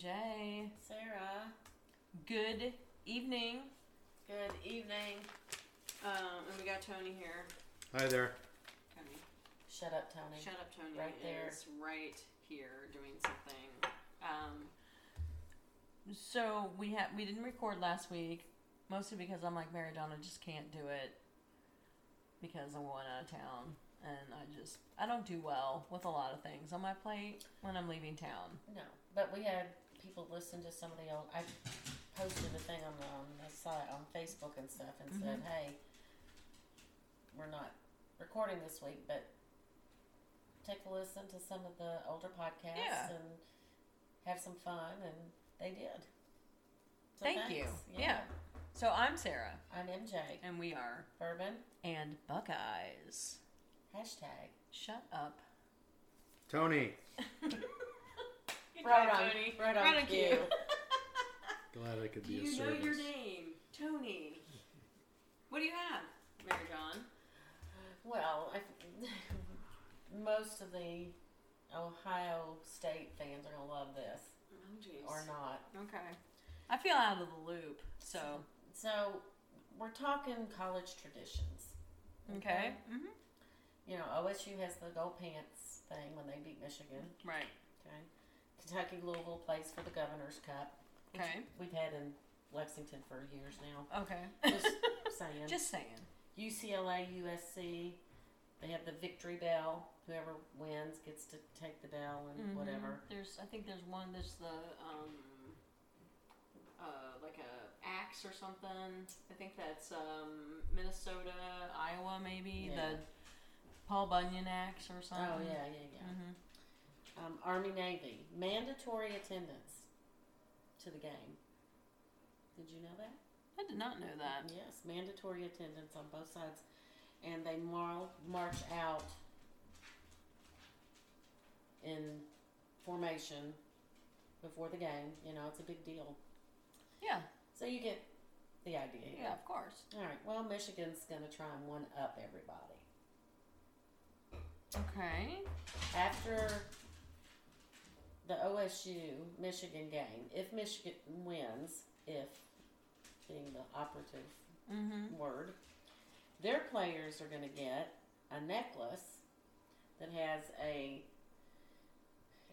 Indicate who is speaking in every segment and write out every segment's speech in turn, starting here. Speaker 1: MJ.
Speaker 2: Sarah.
Speaker 1: Good evening.
Speaker 2: Good evening. Um, and we got Tony here.
Speaker 3: Hi there.
Speaker 2: Tony.
Speaker 1: Shut up, Tony.
Speaker 2: Shut up, Tony.
Speaker 1: Right there.
Speaker 2: Is right here doing something. Um,
Speaker 1: So we had we didn't record last week, mostly because I'm like Mary Donna just can't do it because I'm going out of town and I just I don't do well with a lot of things on my plate when I'm leaving town.
Speaker 4: No, but we had people listen to some of the old. I posted a thing on the, on the site on Facebook and stuff and said, "Hey, we're not recording this week, but take a listen to some of the older podcasts
Speaker 1: Yeah.
Speaker 4: and have some fun." And they did. So
Speaker 1: Thank you.
Speaker 4: thanks,
Speaker 1: Yeah. So I'm Sarah
Speaker 4: I'm MJ
Speaker 1: and we are
Speaker 4: Bourbon.
Speaker 1: and Buckeyes.
Speaker 4: Hashtag.
Speaker 1: Shut up.
Speaker 3: Tony.
Speaker 2: good
Speaker 4: Right
Speaker 2: job,
Speaker 4: on-
Speaker 2: Tony.
Speaker 4: right on
Speaker 2: cue.
Speaker 4: cue.
Speaker 3: Glad I could
Speaker 2: do
Speaker 3: be
Speaker 2: you
Speaker 3: of
Speaker 2: know
Speaker 3: service.
Speaker 2: your name? Tony. What do you have, Mary John?
Speaker 4: Well, I, most of the Ohio State fans are gonna love this
Speaker 2: Oh, jeez.
Speaker 4: or not.
Speaker 2: Okay.
Speaker 1: I feel out of the loop. So
Speaker 4: So we're talking college traditions.
Speaker 1: okay. Mm-hmm.
Speaker 4: You know, OSU has the gold pants thing when they beat Michigan.
Speaker 1: Right.
Speaker 4: Okay. Kentucky Louisville plays for the Governor's Cup. which
Speaker 1: Okay.
Speaker 4: We've had in Lexington for years now.
Speaker 1: Okay.
Speaker 4: Just saying.
Speaker 1: just saying.
Speaker 4: UCLA, USC, they have the victory bell. Whoever wins gets to take the bell and whatever.
Speaker 1: Mm-hmm. There's I think there's one there's
Speaker 2: The, um, uh, like a axe or something. I think that's, um, Minnesota.
Speaker 1: Iowa, maybe
Speaker 4: Yeah.
Speaker 1: the Paul Bunyan axe or something.
Speaker 4: Oh, yeah, yeah, yeah.
Speaker 1: hmm
Speaker 4: Um, Army Navy, mandatory attendance to the game. Did you know that?
Speaker 1: I did not know that.
Speaker 4: Yes, mandatory attendance on both sides, and they mar- march out in formation before the game. You know, it's a big deal.
Speaker 1: Yeah,
Speaker 4: So you get the idea.
Speaker 1: yeah,
Speaker 4: here.
Speaker 1: of course.
Speaker 4: All right. Well, Michigan's going to try and one up everybody.
Speaker 1: Okay.
Speaker 4: After the OSU Michigan game, if Michigan wins, if being the operative
Speaker 1: Mm-hmm.
Speaker 4: word, their players are going to get a necklace that has a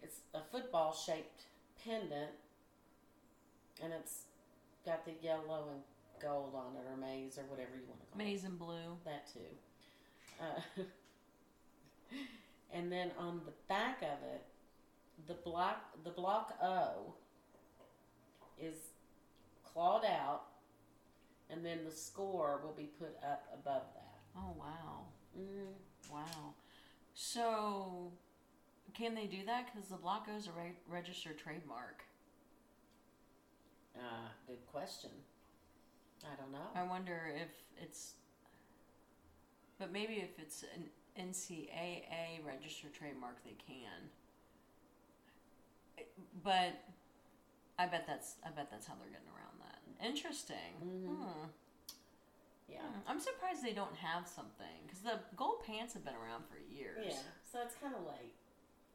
Speaker 4: it's a football shaped pendant, and it's got the yellow and gold on it, or maize, or whatever you want to call it.
Speaker 1: Maize and blue.
Speaker 4: That too. Uh, and then on the back of it, the block the block O is clawed out, and then the score will be put up above that.
Speaker 1: Oh wow, Mm-hmm.
Speaker 4: Mm,
Speaker 1: wow. So, can they do that? Because the Blocko's a re- registered trademark.
Speaker 4: ah, good question. I don't know.
Speaker 1: I wonder if it's. But maybe if it's an NCAA registered trademark, they can. But I bet that's I bet that's how they're getting around that. Interesting. Hmm.
Speaker 4: Yeah,
Speaker 1: I'm surprised they don't have something because the gold pants have been around for years.
Speaker 4: yeah. So it's kind of late.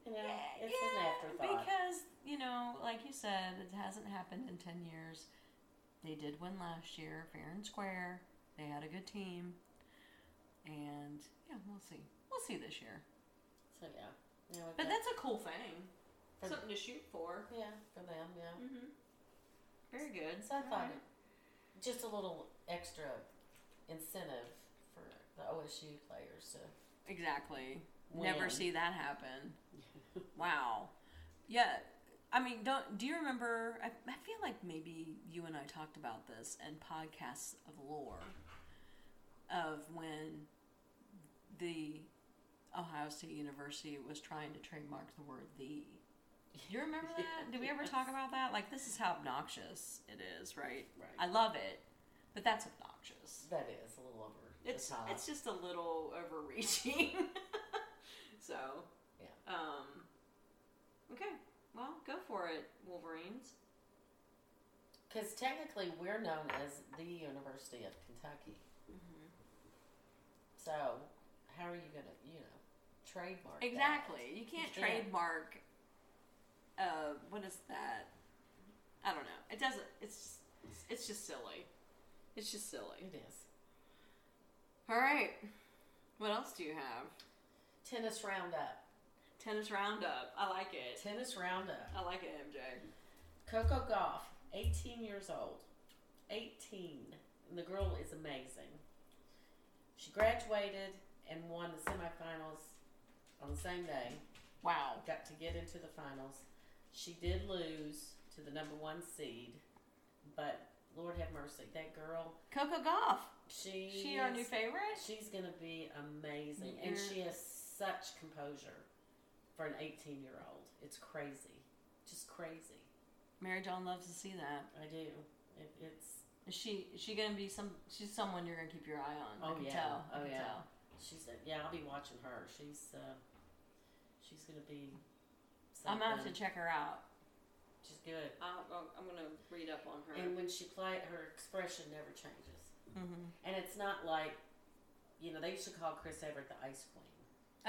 Speaker 4: You know,
Speaker 1: Yeah,
Speaker 4: it's
Speaker 1: yeah,
Speaker 4: an afterthought.
Speaker 1: Because, you know, like you said, it hasn't happened in 10 years. They did win last year, fair and square. They had a good team. And, yeah, we'll see. We'll see this year.
Speaker 4: so yeah, yeah. we've
Speaker 2: But
Speaker 4: got-
Speaker 2: that's a cool thing. Something to shoot for.
Speaker 4: yeah for them. Yeah.
Speaker 2: Mm-hmm. Very good.
Speaker 4: So I
Speaker 2: All
Speaker 4: thought
Speaker 2: right.
Speaker 4: just a little extra incentive for the OSU players to
Speaker 1: Exactly.
Speaker 4: win.
Speaker 1: Never see that happen. Wow. Yeah. I mean, don't do you remember? I, I feel like maybe you and I talked about this in podcasts of lore of when the Ohio State University was trying to trademark the word "the." Do you remember that? Did we ever talk about that? Like, this is how obnoxious it is, right?
Speaker 4: Right.
Speaker 1: I love it, but that's obnoxious.
Speaker 4: That is a little over
Speaker 2: It's
Speaker 4: the
Speaker 1: uh,
Speaker 4: top.
Speaker 2: it's just a little overreaching. so
Speaker 4: Yeah.
Speaker 2: Um. Okay. Well, go for it, Wolverines.
Speaker 4: Because technically, we're known as the University of Kentucky.
Speaker 1: Mm-hmm.
Speaker 4: So, how are you gonna, you know, trademark that?
Speaker 1: Exactly. You can't
Speaker 4: You can't.
Speaker 1: trademark. Uh, what is that?
Speaker 2: I don't know. It doesn't. It's it's just silly. It's just silly.
Speaker 4: It is.
Speaker 2: All right. What else do you have?
Speaker 4: Tennis roundup.
Speaker 2: Tennis roundup. I like it.
Speaker 4: Tennis roundup.
Speaker 2: I like it, MJ.
Speaker 4: Coco Goff, 18 years old. 18. And the girl is amazing. She graduated and won the semifinals on the same day.
Speaker 1: Wow.
Speaker 4: Got to get into the finals. She did lose to the number one seed, but Lord have mercy, that girl.
Speaker 1: Coco Goff.
Speaker 4: She
Speaker 1: She our new
Speaker 4: is-
Speaker 1: favorite.
Speaker 4: She's gonna be amazing, and
Speaker 2: Yeah.
Speaker 4: she has such composure for an 18 year old. It's crazy, just crazy.
Speaker 1: Mary John loves to see that.
Speaker 4: I do. It, it's
Speaker 1: Is she is she gonna be some she's someone you're gonna keep your eye on. I
Speaker 4: Oh,
Speaker 1: can
Speaker 4: yeah.
Speaker 1: tell. I
Speaker 4: Oh,
Speaker 1: can
Speaker 4: yeah.
Speaker 1: tell.
Speaker 4: she's yeah. I'll be watching her. She's uh, she's gonna be.
Speaker 1: I'm
Speaker 4: Something.
Speaker 1: gonna have to check her out.
Speaker 4: She's good,
Speaker 2: I'll, I'll- I'm gonna read up on her.
Speaker 4: and when she play, her expression never changes,
Speaker 1: Mm-hmm.
Speaker 4: and it's not like, you know, they used to call Chris Everett the Ice Queen.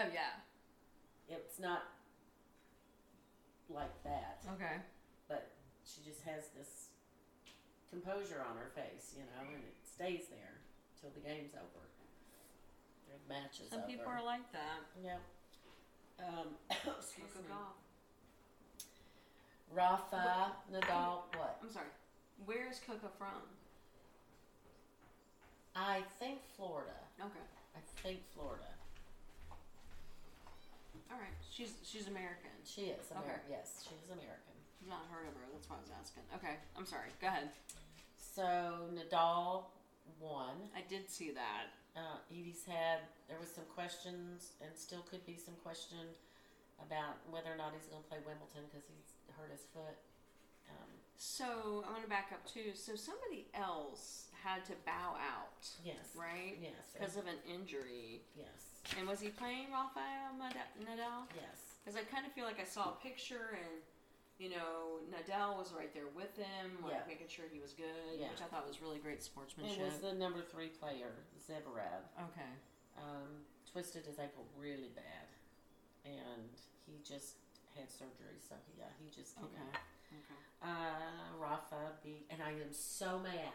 Speaker 1: Oh yeah.
Speaker 4: It's not like that.
Speaker 1: Okay.
Speaker 4: but she just has this composure on her face, you know, and it stays there till the game's over. Their match is
Speaker 1: Some
Speaker 4: over.
Speaker 1: people are like that.
Speaker 4: Yep. Um, excuse
Speaker 2: Coco
Speaker 4: me.
Speaker 2: Gauff.
Speaker 4: Rafa Nadal. What?
Speaker 2: I'm sorry. Where is Coco from?
Speaker 4: I think Florida.
Speaker 2: Okay.
Speaker 4: I think Florida.
Speaker 2: All right. She's she's American.
Speaker 4: She is American.
Speaker 2: Okay.
Speaker 4: Yes, she is American.
Speaker 2: I've not heard of her. That's why I was asking. Okay. I'm sorry. Go ahead.
Speaker 4: So Nadal won.
Speaker 2: I did see that.
Speaker 4: uh, Edie's had, there was some questions and still could be some question about whether or not he's going to play Wimbledon because he's hurt his foot. Um,
Speaker 2: So I want to back up too. So somebody else had to bow out,
Speaker 4: yes.
Speaker 2: right?
Speaker 4: Yes.
Speaker 2: Because of an injury.
Speaker 4: yes.
Speaker 2: And was he playing Rafael Mad- Nadal?
Speaker 4: Yes.
Speaker 2: Because I kind of feel like I saw a picture and, you know, Nadal was right there with him, like
Speaker 4: Yeah.
Speaker 2: making sure he was good,
Speaker 4: Yeah.
Speaker 2: which I thought was really great sportsmanship.
Speaker 4: It was the number three player, Zverev.
Speaker 1: Okay.
Speaker 4: Um, twisted his ankle really bad. And he just had surgery. So, yeah, he just came
Speaker 1: Okay.
Speaker 4: out. uh, Rafa beat, and I am so mad.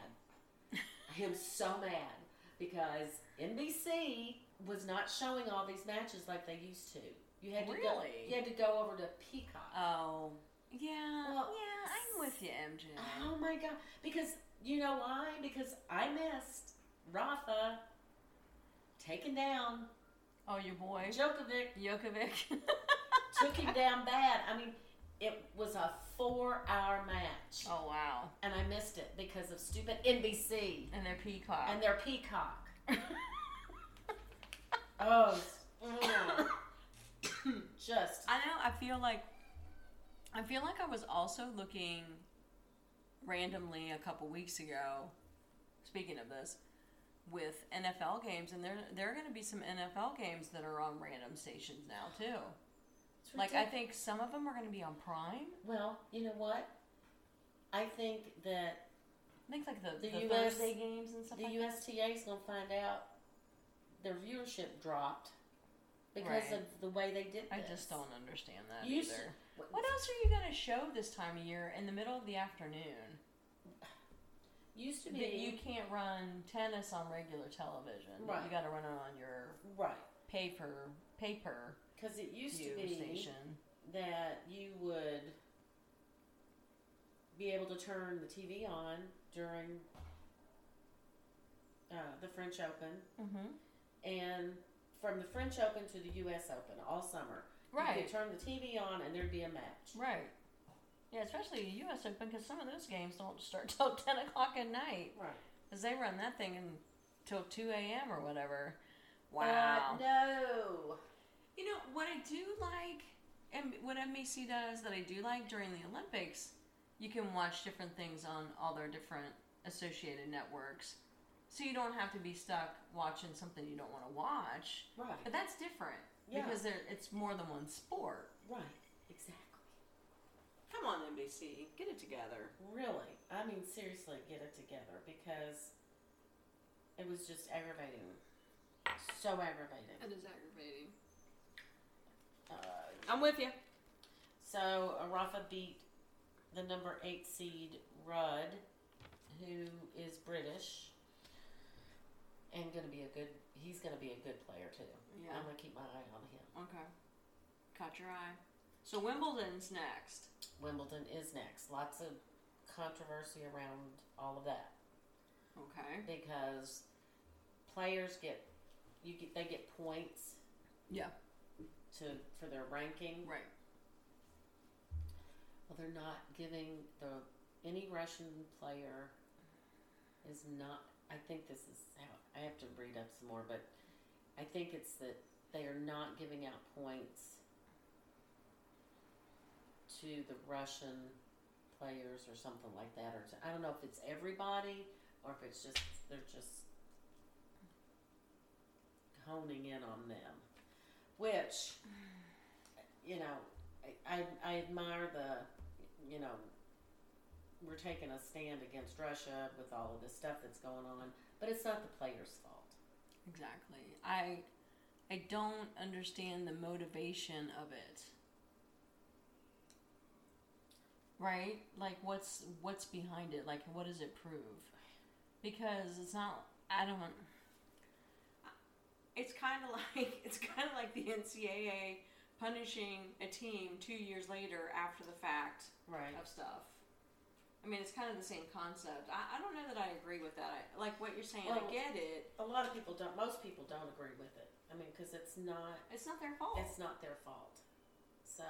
Speaker 4: I am so mad because NBC was not showing all these matches like they used to. You had to go.
Speaker 1: Really?
Speaker 4: You had to go over to Peacock.
Speaker 1: Oh. Yeah.
Speaker 4: Well,
Speaker 1: yeah, I'm with you, MJ.
Speaker 4: oh my god! Because you know why? Because I missed Rafa taken down.
Speaker 1: oh, your boy.
Speaker 4: Djokovic
Speaker 1: Jokovic.
Speaker 4: took him down bad. I mean, it was a four-hour match,
Speaker 1: oh wow.
Speaker 4: and I missed it because of stupid NBC
Speaker 1: And their peacock.
Speaker 4: and their Peacock. Oh, mm. just
Speaker 1: I know. I feel like I feel like I was also looking randomly a couple weeks ago. Speaking of this, with NFL games, and there there are going to be some NFL games that are on random stations now too.
Speaker 4: it's
Speaker 1: Like I
Speaker 4: ridic-
Speaker 1: think some of them are going to be on Prime.
Speaker 4: Well, you know what? I think that
Speaker 1: I think like the,
Speaker 4: The
Speaker 1: the,
Speaker 4: US
Speaker 1: Thursday games and stuff
Speaker 4: the
Speaker 1: like
Speaker 4: USTA is going to find out their viewership dropped because
Speaker 1: Right.
Speaker 4: of the way they did. This.
Speaker 1: that. I just don't understand that
Speaker 4: You
Speaker 1: either.
Speaker 4: should-
Speaker 1: What else are you going to show this time of year in the middle of the afternoon
Speaker 4: Used to be
Speaker 1: that you can't run tennis on regular television? that You
Speaker 4: Right.
Speaker 1: got to run it on your
Speaker 4: right
Speaker 1: paper paper
Speaker 4: because it used to
Speaker 1: view
Speaker 4: be
Speaker 1: station.
Speaker 4: that you would be able to turn the TV on during uh, the French Open
Speaker 1: Mm-hmm.
Speaker 4: and from the French Open to the U.S. Open all summer. You
Speaker 1: Right,
Speaker 4: could turn the TV on and there'd be a match.
Speaker 1: right. Yeah, especially the U.S. Open because some of those games don't start till ten o'clock at night,
Speaker 4: Right.
Speaker 1: 'cause they run that thing until two a.m. or whatever.
Speaker 4: But no.
Speaker 1: You know what I do like, and what NBC does that I do like during the Olympics, you can watch different things on all their different associated networks, so you don't have to be stuck watching something you don't want to watch.
Speaker 4: Right.
Speaker 1: But that's different
Speaker 4: Yeah.
Speaker 1: because there it's more than one sport.
Speaker 4: Right. Exactly.
Speaker 2: Come on, NBC. Get it together.
Speaker 4: Really. I mean, seriously, get it together because it was just aggravating. So aggravating.
Speaker 2: That is aggravating.
Speaker 4: Uh,
Speaker 2: I'm with you.
Speaker 4: so Arafa beat the number eight seed Rudd, who is British, and going to be a good. He's going to be a good player too.
Speaker 2: Yeah.
Speaker 4: I'm going to keep my eye on him.
Speaker 2: Okay. Caught your eye. So Wimbledon's next.
Speaker 4: Wimbledon is next. Lots of controversy around all of that
Speaker 2: Okay.
Speaker 4: because players get you get they get points
Speaker 1: Yeah.
Speaker 4: to for their ranking.
Speaker 2: Right.
Speaker 4: Well, they're not giving the any Russian player is not. I think this is how I have to read up some more, but I think it's that they are not giving out points to the Russian players or something like that, or to, I don't know if it's everybody or if it's just they're just honing in on them, which you know I, I, I admire the, you know, we're taking a stand against Russia with all of this stuff that's going on, but it's not the players' fault.
Speaker 1: Exactly. I I don't understand the motivation of it. Right? Like what's what's behind it? Like what does it prove? Because it's not I don't
Speaker 2: It's kind of like it's kind of like the NCAA punishing a team two years later after the fact
Speaker 4: Right.
Speaker 2: of stuff. I mean, it's kind of the same concept. I, I don't know that I agree with that. I, like what you're saying,
Speaker 4: Well-
Speaker 2: I get it.
Speaker 4: A lot of people don't, most people don't agree with it. I mean, because it's not,
Speaker 2: It's not their fault.
Speaker 4: it's not their fault. So,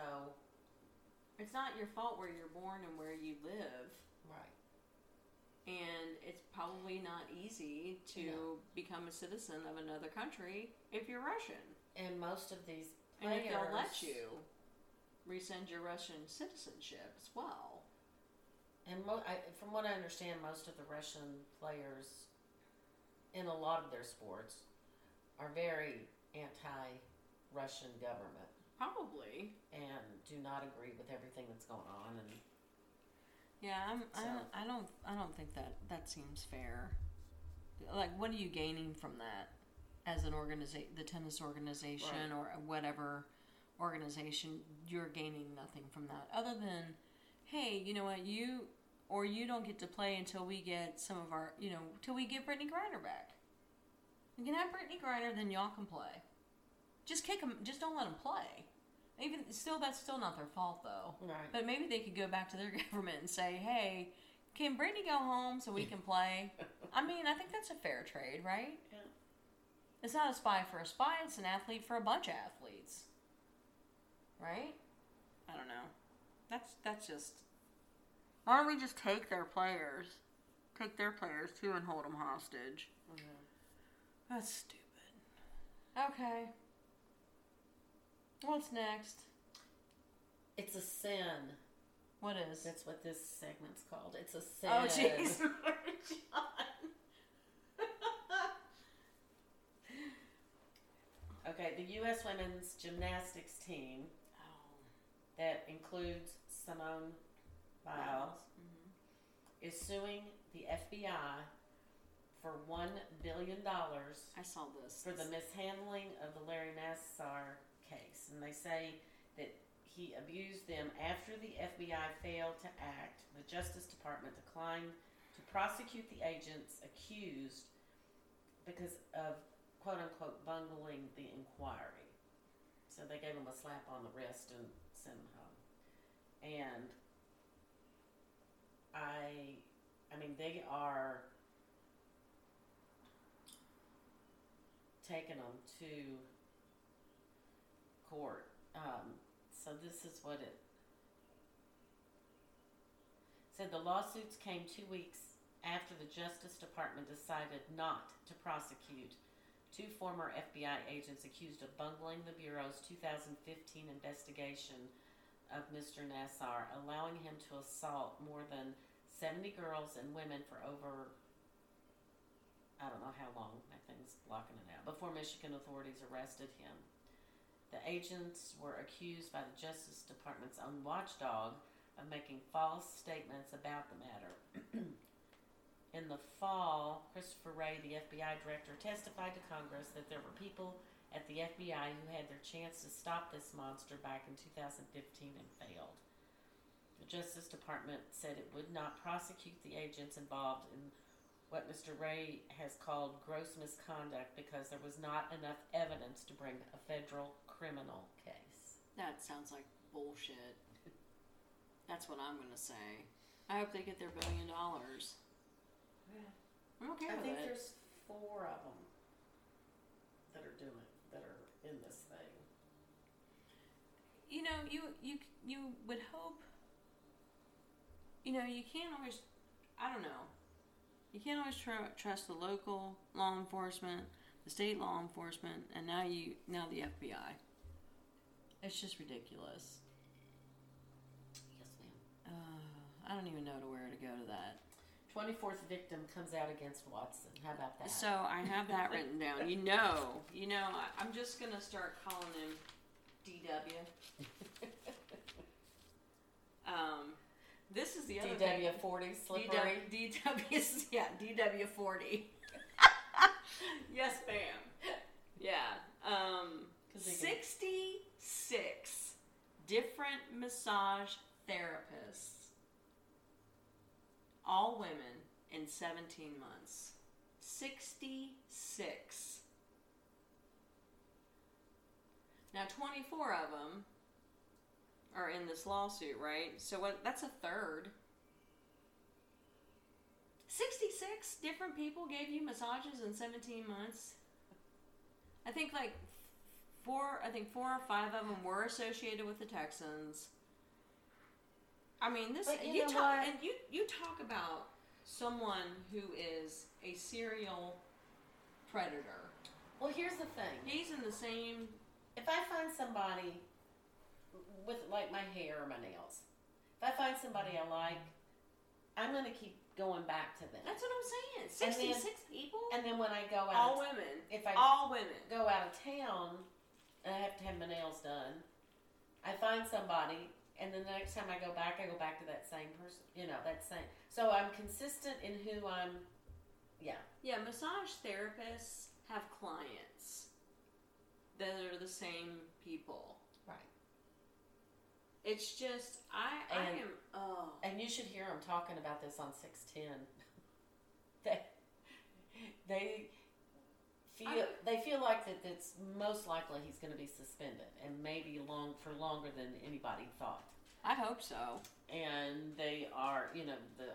Speaker 2: it's not your fault where you're born and where you live.
Speaker 4: right.
Speaker 2: and it's probably not easy
Speaker 4: No.
Speaker 2: to become a citizen of another country if you're Russian.
Speaker 4: And most of these
Speaker 2: And
Speaker 4: players.
Speaker 2: if they'll let you rescind your Russian citizenship as well.
Speaker 4: And mo- I, from what I understand, most of the Russian players in a lot of their sports are very anti Russian government.
Speaker 2: Probably.
Speaker 4: and do not agree with everything that's going on. And
Speaker 1: Yeah, I'm, I
Speaker 4: So-
Speaker 1: don't, I don't, I don't think that that seems fair. Like, what are you gaining from that as an organization, the tennis organization or whatever organization? You're gaining nothing from that other than, hey, you know what, you or you don't get to play until we get some of our, you know, till we get Brittany Griner back. You can have Brittany Griner, then y'all can play. Just kick them. Just don't let them play. Even still, that's still not their fault though.
Speaker 4: right,
Speaker 1: But maybe they could go back to their government and say, hey, can Brittany go home so we can play? I mean, I think that's a fair trade, right?
Speaker 4: Yeah.
Speaker 1: It's not a spy for a spy, it's an athlete for a bunch of athletes. Right? I don't know. That's that's just Why don't we just take their players? Take their players too and hold them hostage. That's stupid. Okay. What's next?
Speaker 4: it's a sin.
Speaker 1: What is?
Speaker 4: That's what this segment's called. It's a sin.
Speaker 1: Oh jeez.
Speaker 4: Okay, the U.S. women's gymnastics team that includes Simone Biles
Speaker 1: Mm-hmm.
Speaker 4: is suing the FBI for one billion dollars
Speaker 2: I saw this.
Speaker 4: for the mishandling of the Larry Nassar case, and they say that he abused them after the FBI failed to act. The Justice Department declined to prosecute the agents accused because of quote unquote bungling the inquiry. So they gave him a slap on the wrist and sent him home. And I, I mean, they are taking them to court. Um, so this is what it said. The lawsuits came two weeks after the Justice Department decided not to prosecute two former FBI agents accused of bungling the bureau's 2015 investigation of Mr. Nassar, allowing him to assault more than 70 girls and women for over I don't know how long, my thing's blocking it out, before Michigan authorities arrested him. The agents were accused by the Justice Department's own watchdog of making false statements about the matter. In the fall, Christopher Wray, the FBI director, testified to Congress that there were people at the FBI who had their chance to stop this monster back in 2015 and failed. The Justice Department said it would not prosecute the agents involved in what Mr. Ray has called gross misconduct because there was not enough evidence to bring a federal criminal case.
Speaker 2: That sounds like bullshit. That's what I'm gonna say. I hope they get their billion dollars. I'm okay
Speaker 4: I
Speaker 2: with
Speaker 4: think
Speaker 2: it.
Speaker 4: there's four of them that are doing that are in this thing.
Speaker 2: you know you you you would hope you know you can't always i don't know you can't always tr- trust the local law enforcement the state law enforcement and now you now the fbi it's just ridiculous
Speaker 4: Yes, ma'am.
Speaker 2: uh, i don't even know to where to go to that
Speaker 4: Twenty fourth victim comes out against Watson. How about that?
Speaker 2: so i have that written down you know you know I, i'm just gonna start calling him dw um this is the other thing.
Speaker 4: DW forty slippery.
Speaker 2: DW, DW, yeah, DW forty. yes, ma'am. Yeah, um,
Speaker 4: 'Cause they can-
Speaker 2: sixty-six different massage therapists, all women, in seventeen months. Sixty-six. Now, twenty-four of them are in this lawsuit, right? So what? That's a third. 66 different people gave you massages in 17 months. I think like four, I think four or five of them were associated with the Texans. I mean, this
Speaker 4: But you
Speaker 2: you,
Speaker 4: know
Speaker 2: talk
Speaker 4: what?
Speaker 2: and you you talk about someone who is a serial predator.
Speaker 4: Well, here's the thing.
Speaker 2: He's in the same
Speaker 4: If I find somebody with like my hair or my nails, if I find somebody I like, I'm gonna keep going back to them.
Speaker 2: That's what I'm saying.
Speaker 4: And then-
Speaker 2: 66 people?
Speaker 4: and then when I go
Speaker 2: all
Speaker 4: out,
Speaker 2: women.
Speaker 4: if I
Speaker 2: All women.
Speaker 4: go out of town and I have to have my nails done, I find somebody, and then the next time I go back, I go back to that same person. You know, that same. So I'm consistent in who I'm. Yeah.
Speaker 2: Yeah, massage therapists have clients that are the same people.
Speaker 4: Right.
Speaker 2: It's just I I
Speaker 4: And-
Speaker 2: am oh
Speaker 4: And you should hear them talking about this on 610. they, they feel
Speaker 2: I-
Speaker 4: they feel like that it's most likely he's going to be suspended and maybe long for longer than anybody thought.
Speaker 2: I hope so.
Speaker 4: And they are, you know, the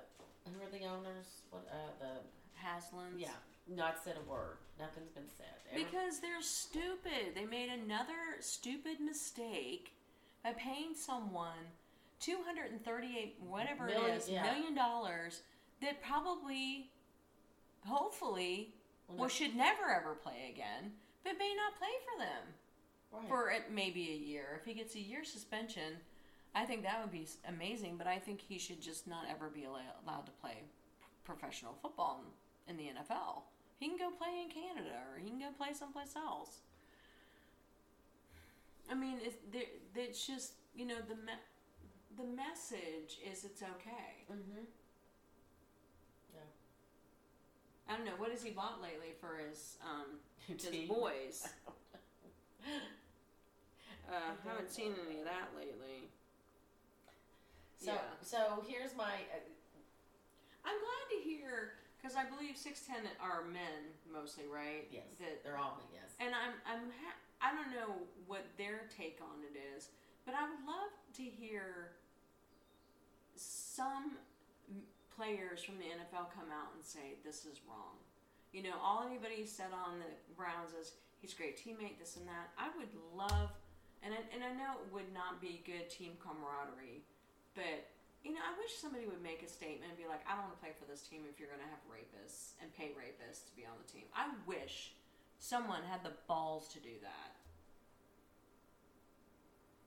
Speaker 4: who are the owners? What uh, the
Speaker 2: Haslam's
Speaker 4: yeah, not said a word. Nothing's been said. Every-
Speaker 2: Because they're stupid. They made another stupid mistake by paying someone two hundred and thirty-eight whatever
Speaker 4: Million-
Speaker 2: it is
Speaker 4: yeah.
Speaker 2: million dollars that probably, hopefully,
Speaker 4: Well,
Speaker 2: well, should never ever play again, but may not play for them.
Speaker 4: right.
Speaker 2: for it maybe a year. If he gets a year suspension, I think that would be s- amazing. But I think he should just not ever be alla- allowed to play professional football in, in the NFL. He can go play in Canada or he can go play someplace else. I mean, it's there. It's just you know the me- the message is it's okay.
Speaker 4: mm-hmm.
Speaker 2: I don't know what has he bought lately for his um his
Speaker 4: Tea.
Speaker 2: boys. Uh, haven't seen any of that lately.
Speaker 4: So
Speaker 2: Yeah.
Speaker 4: so here's my uh,
Speaker 2: I'm glad to hear because I believe six ten are men mostly, right?
Speaker 4: yes.
Speaker 2: That,
Speaker 4: They're all yes.
Speaker 2: and I'm I'm ha- I don't know what their take on it is, but I would love to hear some m- players from the NFL come out and say this is wrong. You know, all anybody said on the Browns is he's a great teammate, this and that. I would love, and I, and I know it would not be good team camaraderie, but you know, I wish somebody would make a statement and be like, I don't want to play for this team if you're going to have rapists and pay rapists to be on the team. I wish someone had the balls to do that.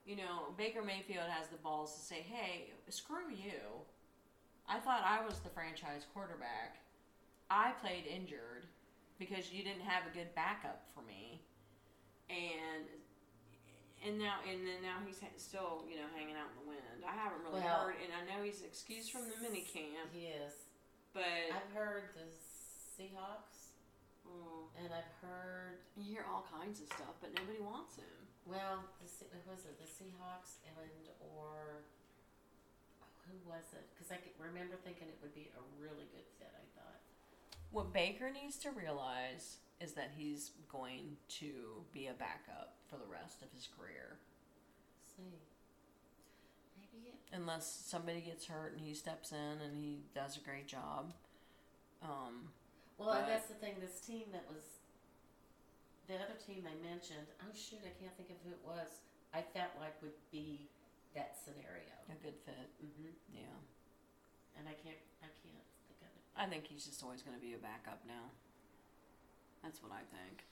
Speaker 2: You know, Baker Mayfield has the balls to say, hey, screw you. I thought I was the franchise quarterback. I played injured because you didn't have a good backup for me. And. And now, and then now he's ha- still, you know, hanging out in the wind. I haven't really
Speaker 4: Well-
Speaker 2: heard, and I know he's excused from the mini camp,
Speaker 4: Yes.
Speaker 2: but
Speaker 4: I've heard the Seahawks
Speaker 2: oh,
Speaker 4: and I've heard
Speaker 2: you hear all kinds of stuff, but nobody wants him.
Speaker 4: well, the Se- who was it? The Seahawks and or oh who was it? Because I could remember thinking it would be a really good fit. I thought.
Speaker 1: What Baker needs to realize is that he's going to be a backup for the rest of his career.
Speaker 4: See, maybe it.
Speaker 1: Unless somebody gets hurt and he steps in and he does a great job. Um,
Speaker 4: Well,
Speaker 1: But-
Speaker 4: and that's the thing. This team that was the other team they mentioned. Oh shoot, I can't think of who it was. I felt like would be that scenario.
Speaker 1: a good fit.
Speaker 4: hmm
Speaker 1: Yeah.
Speaker 4: And I can't. I can't think of it.
Speaker 1: I think he's just always going to be a backup now. That's what I think.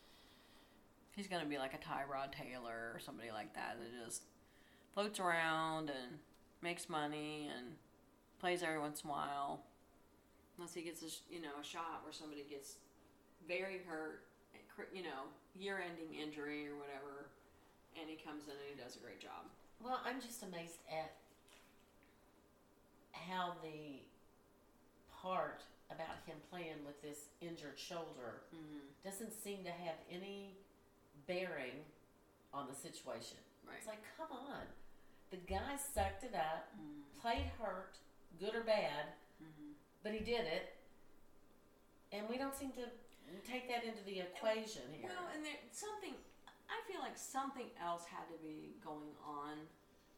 Speaker 1: He's going to be like a Tyrod Taylor or somebody like that that just floats around and makes money and plays every once in a while.
Speaker 2: Unless he gets a sh- you know a shot where somebody gets very hurt,
Speaker 1: eh,
Speaker 2: and cr- you know, year-ending injury or whatever, and he comes in and he does a great job.
Speaker 4: Well, I'm just amazed at how the part about him playing with this injured shoulder
Speaker 2: Mm-hmm.
Speaker 4: doesn't seem to have any bearing on the situation.
Speaker 2: Right.
Speaker 4: It's like, come on. The guy sucked it up,
Speaker 2: Mm-hmm.
Speaker 4: played hurt, good or bad,
Speaker 2: Mhm.
Speaker 4: but he did it. And we don't seem to take that into the equation here.
Speaker 2: Well, and there something I feel like something else had to be going on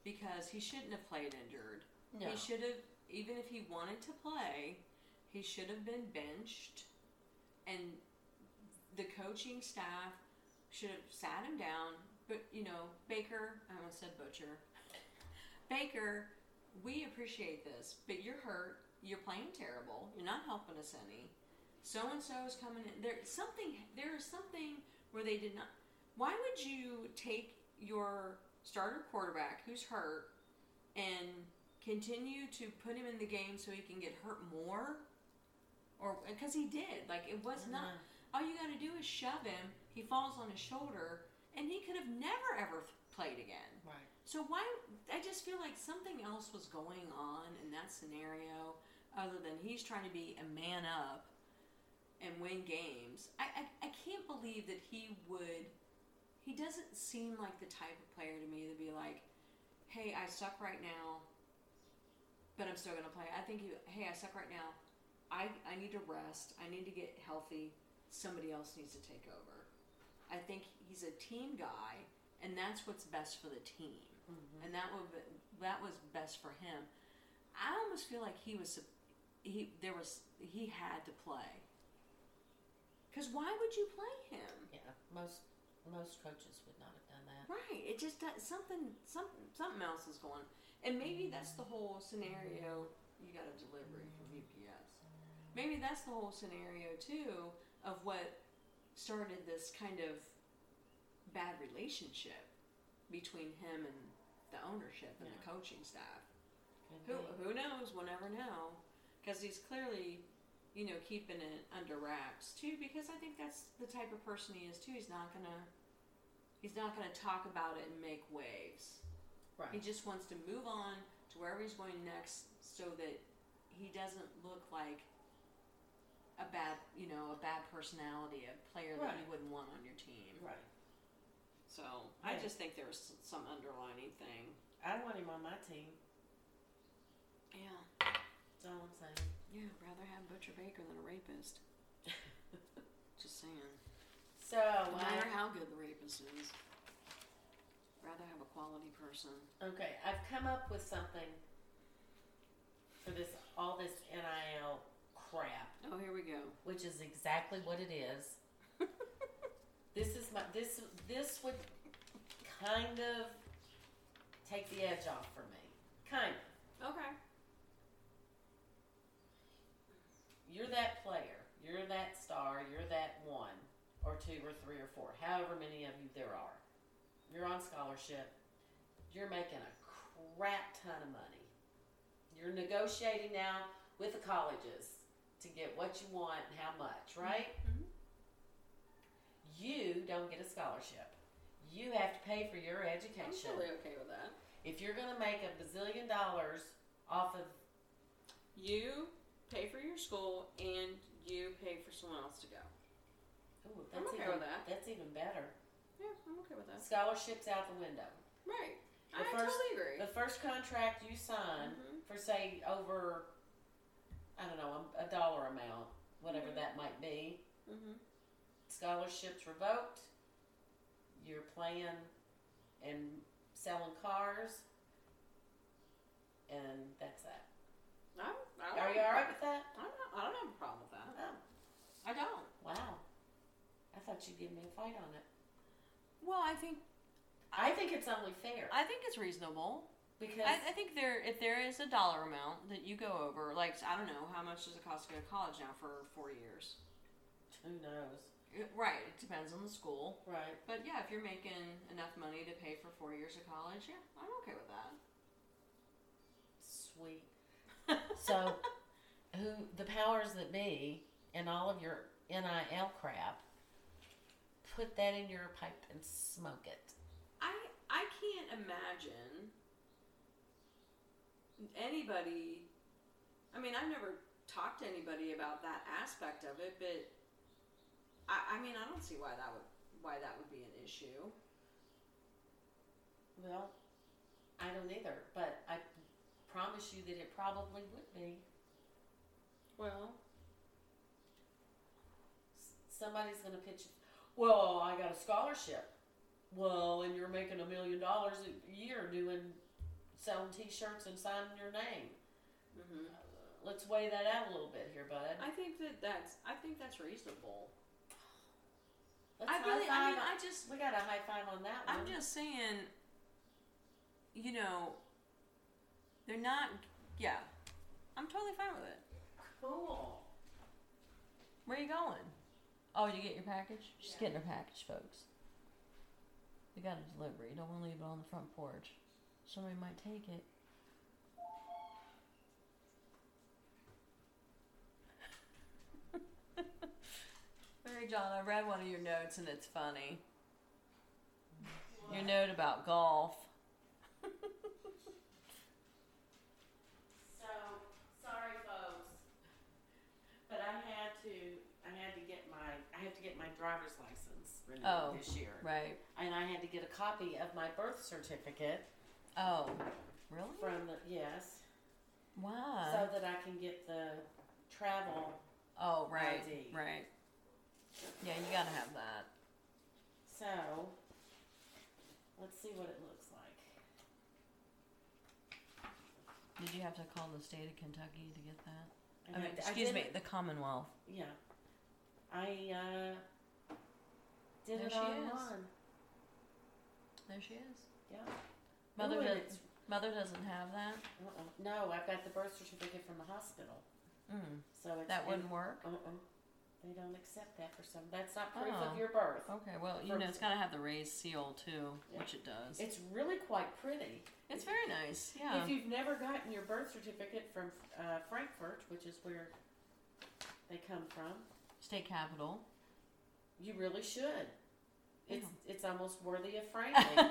Speaker 2: because he shouldn't have played injured.
Speaker 4: no.
Speaker 2: He should have even if he wanted to play, he should have been benched and the coaching staff should have sat him down, but you know, Baker, I almost said Butcher. Baker, we appreciate this, but you're hurt. You're playing terrible. You're not helping us any. So and so is coming in. There's something. There is something where they did not. Why would you take your starter quarterback who's hurt and continue to put him in the game so he can get hurt more? Or because he did. Like it was not.
Speaker 4: Mm-hmm.
Speaker 2: All you got to do is shove him. He falls on his shoulder, and he could have never ever played again.
Speaker 4: Right.
Speaker 2: So why? I just feel like something else was going on in that scenario, other than he's trying to be a man up and win games. I I, I can't believe that he would. He doesn't seem like the type of player to me to be like, "Hey, I suck right now, but I'm still gonna play." I think you. Hey, I suck right now. I I need to rest. I need to get healthy. Somebody else needs to take over. I think he's a team guy, and that's what's best for the team
Speaker 4: Mhm.
Speaker 2: and that would that was best for him. I almost feel like he was sup- he there was he had to play. Cause why would you play him?
Speaker 4: Yeah. Most most coaches would not have done that.
Speaker 2: Right. It just does, something something something else is going. And maybe that's the whole scenario. You got a delivery from UPS. Maybe that's the whole scenario too of what started this kind of bad relationship between him and the ownership and the coaching staff.
Speaker 4: Could
Speaker 2: Who
Speaker 4: be.
Speaker 2: who knows? We'll never know, because he's clearly, you know, keeping it under wraps too. Because I think that's the type of person he is too. He's not gonna, he's not gonna talk about it and make waves. He
Speaker 4: Right.
Speaker 2: just wants to move on to wherever he's going next, so that he doesn't look like a bad, you know, a bad personality, a player that you
Speaker 4: Right.
Speaker 2: wouldn't want on your team.
Speaker 4: Right.
Speaker 2: So I
Speaker 4: Right.
Speaker 2: just think there was some underlining thing.
Speaker 4: I want him on my team.
Speaker 2: Yeah,
Speaker 4: That's all I'm saying.
Speaker 2: yeah. I'd rather have Butcher Baker than a rapist. Just saying.
Speaker 4: So
Speaker 2: No
Speaker 4: I,
Speaker 2: matter how good the rapist is, rather have a quality person.
Speaker 4: okay, I've come up with something for this all this NIL crap,
Speaker 2: Oh, here we go.
Speaker 4: which is exactly what it is. this is my this this would kind of take the edge off for me. Kind of.
Speaker 2: Okay.
Speaker 4: you're that player, you're that star, you're that one or two or three or four, however many of you there are. You're on scholarship, you're making a crap ton of money. You're negotiating now with the colleges to get what you want and how much, right?
Speaker 2: Mhm.
Speaker 4: You don't get a scholarship. You have to pay for your education.
Speaker 2: I'm totally okay with that.
Speaker 4: If you're going to make a bazillion dollars off of
Speaker 2: You pay for your school and you pay for someone else to go.
Speaker 4: ooh,
Speaker 2: I'm
Speaker 4: that's
Speaker 2: okay
Speaker 4: even,
Speaker 2: with that.
Speaker 4: That's even better.
Speaker 2: Yeah, I'm okay with that.
Speaker 4: Scholarships out the window.
Speaker 2: Right.
Speaker 4: The
Speaker 2: I
Speaker 4: first-
Speaker 2: totally agree.
Speaker 4: The first contract you sign
Speaker 2: Mhm.
Speaker 4: for say over, I don't know, a, a dollar amount, whatever that might be.
Speaker 2: Mm-hmm.
Speaker 4: Scholarships revoked. You're playing and selling cars, and that's that.
Speaker 2: I, I
Speaker 4: Are you all right with that?
Speaker 2: I don't, know- I don't have a problem with that.
Speaker 4: Oh,
Speaker 2: I don't.
Speaker 4: wow. I thought you'd give me a fight on it.
Speaker 1: Well, I think
Speaker 4: I think it's only fair
Speaker 1: I think it's reasonable.
Speaker 4: because
Speaker 1: I, I
Speaker 4: I,
Speaker 1: think there, if there is a dollar amount that you go over, like
Speaker 2: I don't know how much does it cost to go to college now for four years.
Speaker 4: who knows,
Speaker 2: Right, it depends on the school.
Speaker 4: right?
Speaker 2: But yeah, if you're making enough money to pay for four years of college, yeah, I'm okay with that.
Speaker 4: Sweet. So, who the powers that be and all of your NIL crap, put that in your pipe and smoke it.
Speaker 2: I I can't imagine anybody. I mean, I've never talked to anybody about that aspect of it, but I, I mean, I don't see why that would why that would be an issue.
Speaker 4: Well, I don't either, but I promise you that it probably would be.
Speaker 2: Well,
Speaker 4: S- Somebody's going to pitch it. Well, I got a scholarship. Well, and you're making a million dollars a year doing selling T-shirts and signing your name. Uh,
Speaker 2: hmm
Speaker 4: Let's weigh that out a little bit here, bud.
Speaker 2: I think that that's I think that's reasonable.
Speaker 4: Let's
Speaker 2: I really, I
Speaker 4: high
Speaker 2: mean,
Speaker 4: five
Speaker 2: I just
Speaker 4: We got a high five on that one.
Speaker 1: I'm just saying, you know, they're not. Yeah, I'm totally fine with it.
Speaker 4: cool.
Speaker 1: Where are you going? Oh, you get your package? She's
Speaker 2: Yeah.
Speaker 1: getting her package, folks. We got a delivery. You don't want to leave it on the front porch. Somebody might take it. Mary John, I read one of your notes and it's funny. Your note about golf.
Speaker 4: So sorry, folks, but I had to. I had to get my. I had to get my driver's license renewed
Speaker 1: Oh.
Speaker 4: this year,
Speaker 1: Right.
Speaker 4: and I had to get a copy of my birth certificate
Speaker 1: Oh, really?
Speaker 4: from the yes,
Speaker 1: Wow.
Speaker 4: so that I can get the travel.
Speaker 1: oh, right.
Speaker 4: ID.
Speaker 1: Right. Yeah, you gotta have that.
Speaker 4: So let's see what it looks like.
Speaker 1: Did you have to call the state of Kentucky to get that?
Speaker 4: I
Speaker 1: I mean,
Speaker 4: had to- I
Speaker 1: excuse
Speaker 4: did
Speaker 1: me,
Speaker 4: it-
Speaker 1: the Commonwealth.
Speaker 4: Yeah, I uh, did
Speaker 1: There
Speaker 4: it
Speaker 1: she is.
Speaker 4: online.
Speaker 1: There she is.
Speaker 4: Yeah.
Speaker 1: Mother,
Speaker 4: Ooh, and
Speaker 1: does,
Speaker 4: it's
Speaker 1: mother doesn't have that.
Speaker 4: Uh-uh. No, I've got the birth certificate from the hospital,
Speaker 1: Mm,
Speaker 4: so it's
Speaker 1: that wouldn't work.
Speaker 4: Uh-uh. They don't accept that for some. That's not proof
Speaker 1: Oh.
Speaker 4: of your birth.
Speaker 1: Okay, well, you
Speaker 4: For-
Speaker 1: know, it's got to have the raised seal too,
Speaker 4: Yeah.
Speaker 1: which it does.
Speaker 4: It's really quite pretty.
Speaker 1: it's very nice. Yeah.
Speaker 4: If you've never gotten your birth certificate from uh, Frankfurt, which is where they come from,
Speaker 1: State capital.
Speaker 4: you really should. It's it's almost worthy of franking.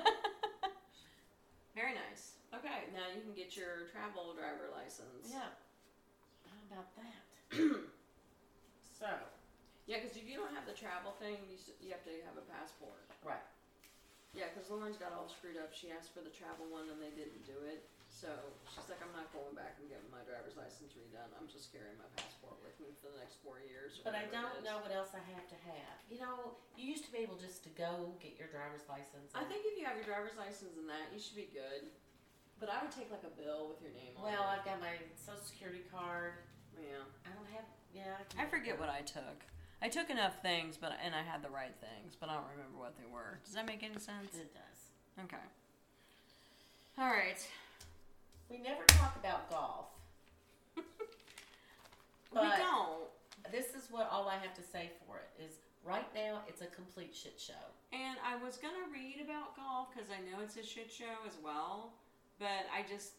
Speaker 2: very nice. Okay, now you can get your travel driver license.
Speaker 4: yeah. How about that? so
Speaker 2: Yeah, because if you don't have the travel thing, you, s- you have to have a passport.
Speaker 4: right.
Speaker 2: Yeah, because Lauren's got all screwed up. She asked for the travel one and they didn't do it. So she's like, I'm not going back and getting my driver's license redone. I'm just carrying my passport with me for the next four years. or
Speaker 4: But I
Speaker 2: whatever it
Speaker 4: don't
Speaker 2: is."
Speaker 4: know what else I have to have. You know, you used to be able just to go get your driver's license.
Speaker 2: I
Speaker 4: and-
Speaker 2: think if you have your driver's license and that, you should be good. But I would take like a bill with your name on
Speaker 4: Well,
Speaker 2: it.
Speaker 4: I've got my social security card.
Speaker 2: yeah.
Speaker 4: I don't have. Yeah.
Speaker 1: I forget what I took. I took enough things, but and I had the right things, but I don't remember what they were. Does that make any sense?
Speaker 4: It does.
Speaker 1: Okay. All right.
Speaker 4: We never talk about golf.
Speaker 2: we
Speaker 4: But-
Speaker 2: don't.
Speaker 4: This is what all I have to say for it is right now it's a complete shit show.
Speaker 2: And I was gonna read about golf because I know it's a shit show as well, but I just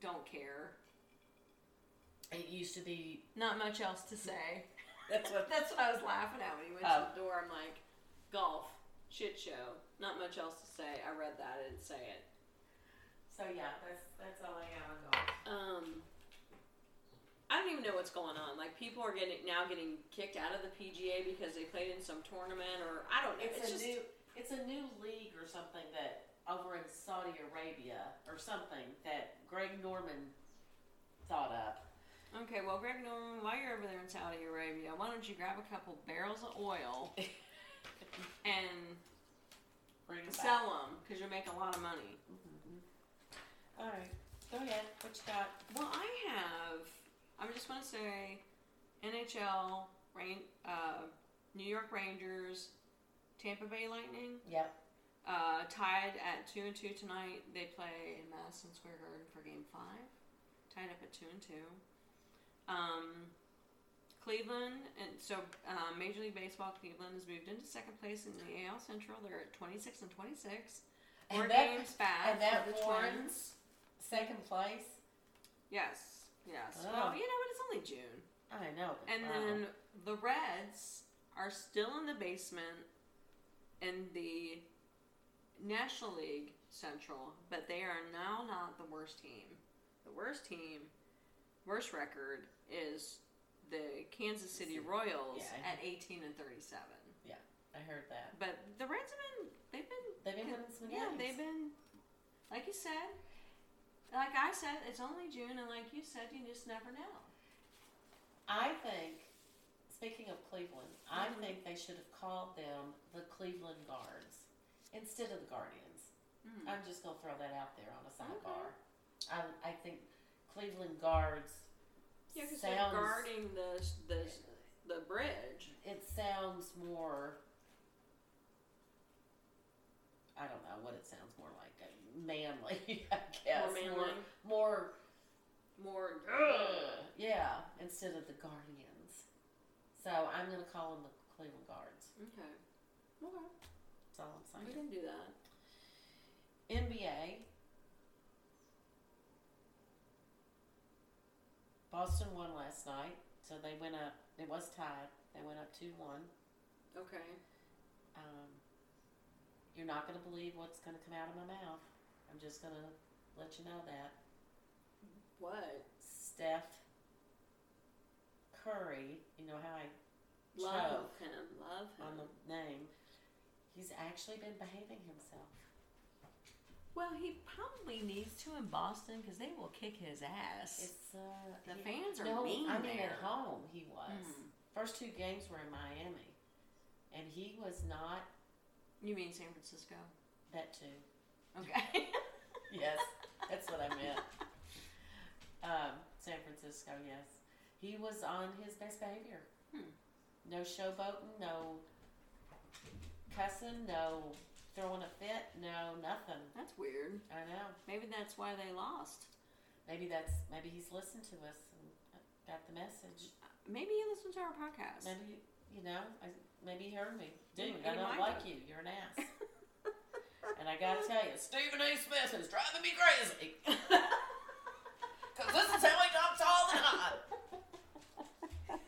Speaker 2: don't care.
Speaker 4: It used to be.
Speaker 2: Not much else to say.
Speaker 4: That's what.
Speaker 2: That's what I was laughing at when he went
Speaker 4: Oh.
Speaker 2: to the door. I'm like, golf, shit show. Not much else to say. I read that. I didn't say it.
Speaker 4: So yeah, that's that's all I got on golf.
Speaker 2: Um, I don't even know what's going on. Like people are getting now getting kicked out of the PGA because they played in some tournament or I don't know.
Speaker 4: It's,
Speaker 2: It's,
Speaker 4: a
Speaker 2: just
Speaker 4: new. It's a new league or something that over in Saudi Arabia or something that Greg Norman thought up.
Speaker 2: Okay, well, Greg Norman, while you're over there in Saudi Arabia, why don't you grab a couple barrels of oil and
Speaker 4: Bring it back.
Speaker 2: sell them because you'll make a lot of money.
Speaker 4: Mm-hmm. All right, go ahead. What you got?
Speaker 2: Well, I have. I just want to say, NHL, Rain, uh, New York Rangers, Tampa Bay Lightning
Speaker 4: Yep.
Speaker 2: uh, tied at two and two tonight. They play in Madison Square Garden for Game Five. Tied up at two and two. Um, Cleveland and so uh, Major League Baseball Cleveland has moved into second place in the AL Central. They're at twenty six and twenty six.
Speaker 4: And
Speaker 2: Four
Speaker 4: that-
Speaker 2: games back
Speaker 4: and that
Speaker 2: of the
Speaker 4: warrants-
Speaker 2: Twins.
Speaker 4: Second place.
Speaker 2: Yes, yes.
Speaker 4: Oh.
Speaker 2: Well, you know what? It's only June.
Speaker 4: I know. but
Speaker 2: And
Speaker 4: wow.
Speaker 2: then the Reds are still in the basement in the National League Central, but they are now not the worst team. The worst team, worst record is the Kansas City Royals
Speaker 4: Yeah, I-
Speaker 2: at 18 and 37.
Speaker 4: I heard that
Speaker 2: But the Reds have been they've been
Speaker 4: they've been winning some games.
Speaker 2: yeah, they've been, like you said, like I said, it's only June, and like you said, you just never know.
Speaker 4: I think. Speaking of Cleveland, I
Speaker 2: Mhm.
Speaker 4: think they should have called them the Cleveland Guards instead of the Guardians.
Speaker 2: Mm.
Speaker 4: I'm just gonna throw that out there on a sidebar. I, I think Cleveland guards.
Speaker 2: Yeah, because they're
Speaker 4: sounds,
Speaker 2: guarding the, the, the bridge.
Speaker 4: It sounds more. I don't know what it sounds more like. uh, Manly, I guess.
Speaker 2: more manly.
Speaker 4: More.
Speaker 2: More.
Speaker 4: uh, yeah, instead of the guardians. So I'm gonna call them the Cleveland guards.
Speaker 2: Okay. Okay.
Speaker 4: That's all I'm
Speaker 2: We
Speaker 4: saying.
Speaker 2: can do that.
Speaker 4: NBA. Boston won last night, so they went up. It was tied. They went up two one.
Speaker 2: Okay.
Speaker 4: Um, you're not going to believe what's going to come out of my mouth. I'm just going to let you know that
Speaker 2: What?
Speaker 4: Steph Curry. You know how I
Speaker 2: Love him. Love him.
Speaker 4: on the name. He's actually been behaving himself.
Speaker 1: Well, he probably needs to in Boston because they will kick his ass.
Speaker 4: It's uh,
Speaker 2: The
Speaker 4: he-
Speaker 2: fans are
Speaker 4: no,
Speaker 2: mean
Speaker 4: I mean, at
Speaker 2: there.
Speaker 4: home he was.
Speaker 2: Mm.
Speaker 4: First two games were in Miami, and he was not
Speaker 2: You mean San Francisco?
Speaker 4: that too.
Speaker 2: Okay.
Speaker 4: Yes, that's what I meant. Um, San Francisco, yes. He was on his best behavior.
Speaker 2: Hmm.
Speaker 4: No showboating, no cussing, no throwing a fit, no nothing.
Speaker 2: that's weird.
Speaker 4: I know.
Speaker 2: Maybe that's why they lost.
Speaker 4: Maybe that's maybe he's listened to us and got the message.
Speaker 2: Maybe he listened to our podcast.
Speaker 4: Maybe you know, I, maybe he heard me. Dude,
Speaker 2: He-
Speaker 4: I
Speaker 2: he
Speaker 4: don't
Speaker 2: might
Speaker 4: like
Speaker 2: have.
Speaker 4: you. You're an ass. and I gotta tell you, Stephen A. Smith is driving me crazy. Cause this is how he talks all the time.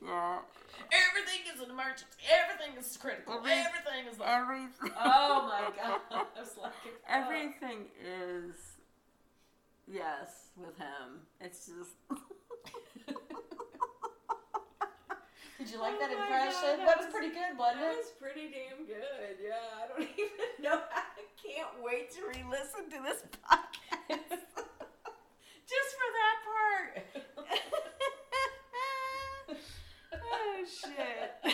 Speaker 1: Yeah,
Speaker 4: Everything is an emergency. Everything is critical.
Speaker 1: Every-
Speaker 4: Everything is like,
Speaker 1: everything.
Speaker 4: oh my god. I was like, oh.
Speaker 1: Everything is yes with him. It's just
Speaker 4: uh, Did you like that
Speaker 2: Oh my
Speaker 4: impression?
Speaker 2: God,
Speaker 4: that
Speaker 2: that
Speaker 4: was
Speaker 2: was-
Speaker 4: pretty good, wasn't it?
Speaker 2: pretty damn good. Yeah, I don't even
Speaker 1: no. I can't wait to re-listen to this podcast just for that part. oh shit!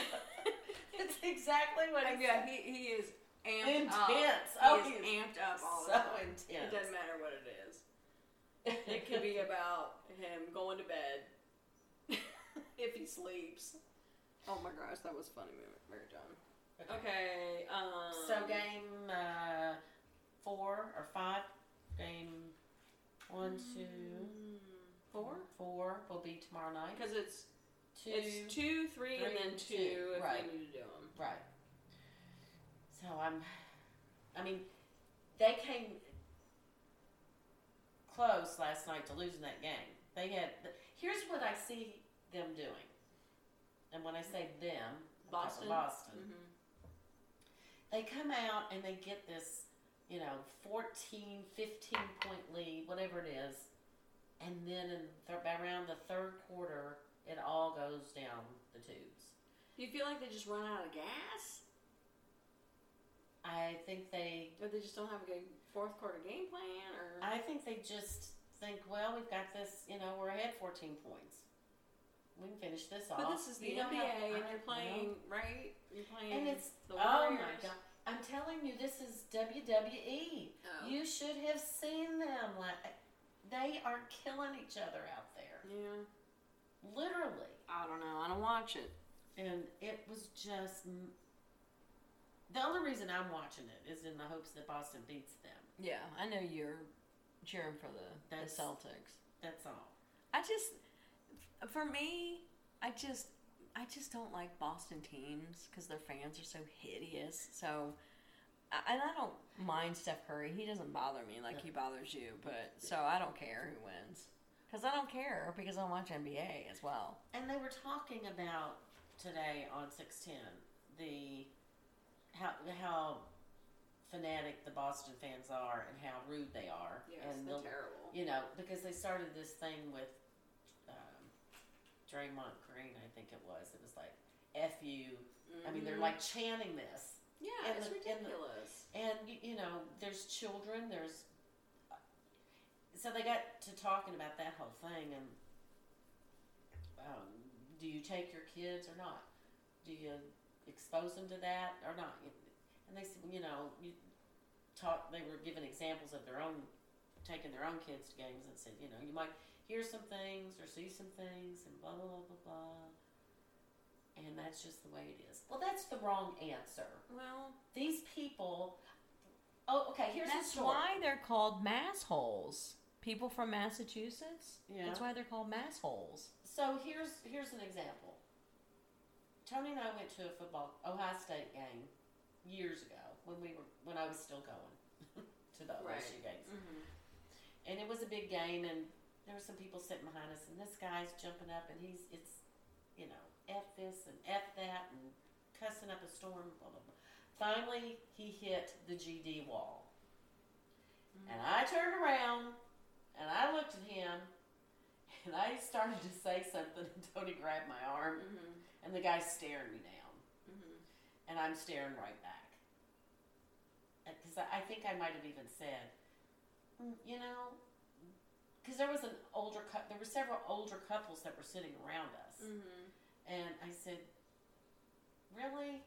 Speaker 4: it's exactly what he
Speaker 2: yeah,
Speaker 4: said.
Speaker 2: he, he is amped up.
Speaker 4: Intense.
Speaker 2: He
Speaker 4: Oh,
Speaker 2: is
Speaker 4: he's
Speaker 2: amped up all the
Speaker 4: so
Speaker 2: time. It
Speaker 4: intense.
Speaker 2: doesn't matter what it is. It could be about him going to bed if he sleeps. Oh my gosh, that was funny, Mary John. Okay, um.
Speaker 4: So game uh, four or five? Game one, two,
Speaker 2: Mm. Four?
Speaker 4: four will be tomorrow night.
Speaker 2: Because it's
Speaker 4: Two,
Speaker 2: it's two, three,
Speaker 4: three,
Speaker 2: and then
Speaker 4: and
Speaker 2: two,
Speaker 4: two,
Speaker 2: if
Speaker 4: right.
Speaker 2: you need to do them.
Speaker 4: right. So I'm. I mean, they came close last night to losing that game. They had. Here's what I see them doing, and when I say them, I'm talking
Speaker 2: Boston?
Speaker 4: Boston.
Speaker 2: Mm-hmm.
Speaker 4: they come out and they get this, you know, 14, 15 point lead, whatever it is. And then in th- around the third quarter, it all goes down the tubes.
Speaker 2: You feel like they just run out of gas?
Speaker 4: I think they,
Speaker 2: Or they just don't have a good fourth quarter game plan? Or
Speaker 4: I think they just think, well, we've got this, you know, we're ahead 14 points. We can finish this off.
Speaker 2: But this is the
Speaker 4: You know how-
Speaker 2: NBA,
Speaker 4: I
Speaker 2: and you're
Speaker 4: know.
Speaker 2: playing right. You're playing.
Speaker 4: And it's,
Speaker 2: the
Speaker 4: oh
Speaker 2: Warriors.
Speaker 4: my God. I'm telling you, this is WWE.
Speaker 2: Oh.
Speaker 4: You should have seen them. Like, they are killing each other out there,
Speaker 2: yeah.
Speaker 4: literally.
Speaker 2: I don't know. I don't watch it.
Speaker 4: And it was just m- the only reason I'm watching it is in the hopes that Boston beats them.
Speaker 1: Yeah, I know you're cheering for the, the
Speaker 4: That's-
Speaker 1: Celtics.
Speaker 4: That's all.
Speaker 1: I just, for me, I just, I just don't like Boston teams because their fans are so hideous. So, I- and I don't mind Steph Curry. He doesn't bother me like he bothers you. But so I don't care who wins because I don't care because I watch NBA as well.
Speaker 4: And they were talking about today on 610 the how how fanatic the Boston fans are and how rude they are. and they'll-
Speaker 2: terrible.
Speaker 4: you know, because they started this thing with um, Draymond Green, I think it was. It was like F you. I mean,
Speaker 2: Mm-hmm.
Speaker 4: they're like chanting this.
Speaker 2: yeah,
Speaker 4: in
Speaker 2: it's
Speaker 4: the- in the-
Speaker 2: ridiculous.
Speaker 4: And y- you know, there's children. There's so they got to talking about that whole thing. And um, do you take your kids or not? Do you expose them to that or not? And they said, you know, you talk. They were giving examples of their own taking their own kids to games and said, you know, you might hear some things or see some things and blah blah blah blah blah. And that's just the way it is. Well, that's the wrong answer
Speaker 2: well,
Speaker 4: these people. Oh, okay. Here's the
Speaker 1: That's
Speaker 4: story.
Speaker 1: why they're called massholes. People from Massachusetts.
Speaker 4: Yeah.
Speaker 1: That's why they're called massholes.
Speaker 4: So here's here's an example. Tony and I went to a football Ohio State game years ago when we were when I was still going to the
Speaker 2: Right.
Speaker 4: OSU games,
Speaker 2: mhm.
Speaker 4: and it was a big game, and there were some people sitting behind us, and this guy's jumping up, and he's it's you know f this and f that and cussing up a storm. Blah, blah, blah. Finally, he hit the GD wall. And I turned around and I looked at him and I started to say something and Tony grabbed my arm
Speaker 2: Mhm.
Speaker 4: and the guy's staring me down
Speaker 2: Mhm.
Speaker 4: and I'm staring right back. Because I I think I might have even said, "Mm, you know, because there was an older cou- there were several older couples that were sitting around us.
Speaker 2: Mhm.
Speaker 4: And I said, really?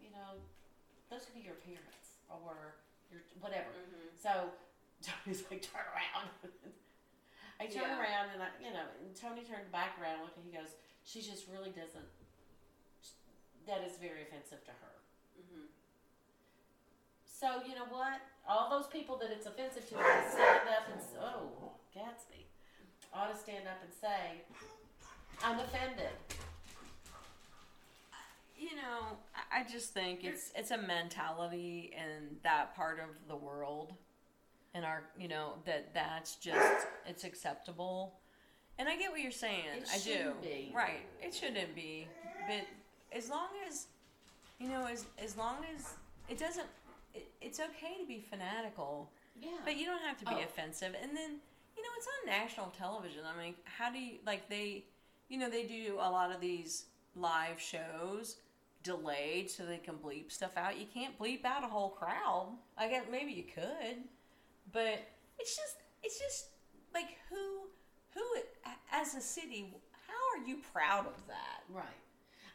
Speaker 4: You know, those could be your parents or your whatever.
Speaker 2: Mhm.
Speaker 4: So Tony's like, turn around. I turn
Speaker 2: Yeah.
Speaker 4: around and I, you know, and Tony turned back around and he goes, she just really doesn't, that is very offensive to her.
Speaker 2: Mhm.
Speaker 4: So you know what? All those people that it's offensive to ought to stand up and s- oh, Gatsby, ought to stand up and say, I'm offended.
Speaker 1: you know, I- I just think it's it's a mentality in that part of the world, and our you know that that's just it's acceptable. And I get what you're saying.
Speaker 4: It
Speaker 1: I do.
Speaker 4: shouldn't be.
Speaker 1: Right. It shouldn't be. But as long as you know, as as long as it doesn't, it, it's okay to be fanatical,
Speaker 4: Yeah.
Speaker 1: but you don't have to be
Speaker 4: Oh.
Speaker 1: offensive. And then you know, it's on national television. I mean, how do you like they? You know, they do a lot of these live shows delayed so they can bleep stuff out. You can't bleep out a whole crowd. I guess maybe you could, but it's just it's just like who who a- as a city how are you proud of that?
Speaker 4: Right.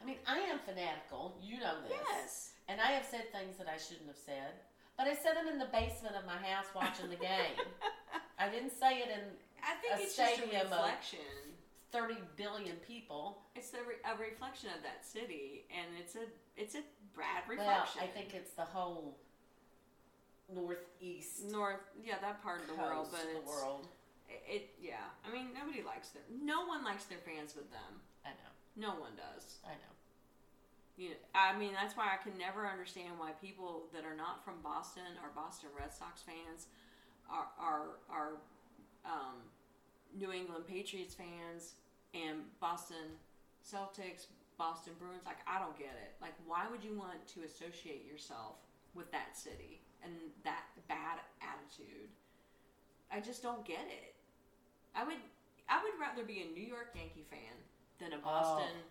Speaker 4: I mean, I am fanatical. You know this. And I have said things that I shouldn't have said, but I said them in the basement of my house watching the game. I didn't say it in
Speaker 2: I think
Speaker 4: A
Speaker 2: it's just a
Speaker 4: stadium of-
Speaker 2: reflection.
Speaker 4: 30 billion people.
Speaker 2: It's a, re- a reflection of that city, and it's a it's a bad
Speaker 4: Well,
Speaker 2: reflection.
Speaker 4: I think it's the whole northeast
Speaker 2: north, yeah, that part of the world,
Speaker 4: coast
Speaker 2: but
Speaker 4: of
Speaker 2: it's
Speaker 4: the world.
Speaker 2: It, it- yeah. I mean, nobody likes their no one likes their fans but them.
Speaker 4: I know.
Speaker 2: No one does.
Speaker 4: I know.
Speaker 2: You know, I mean, that's why I can never understand why people that are not from Boston or Boston Red Sox fans are are are um, New England Patriots fans and Boston Celtics, Boston Bruins. Like, I don't get it. Like, why would you want to associate yourself with that city and that bad attitude? I just don't get it. I would I would rather be a New York Yankee fan than a Boston than a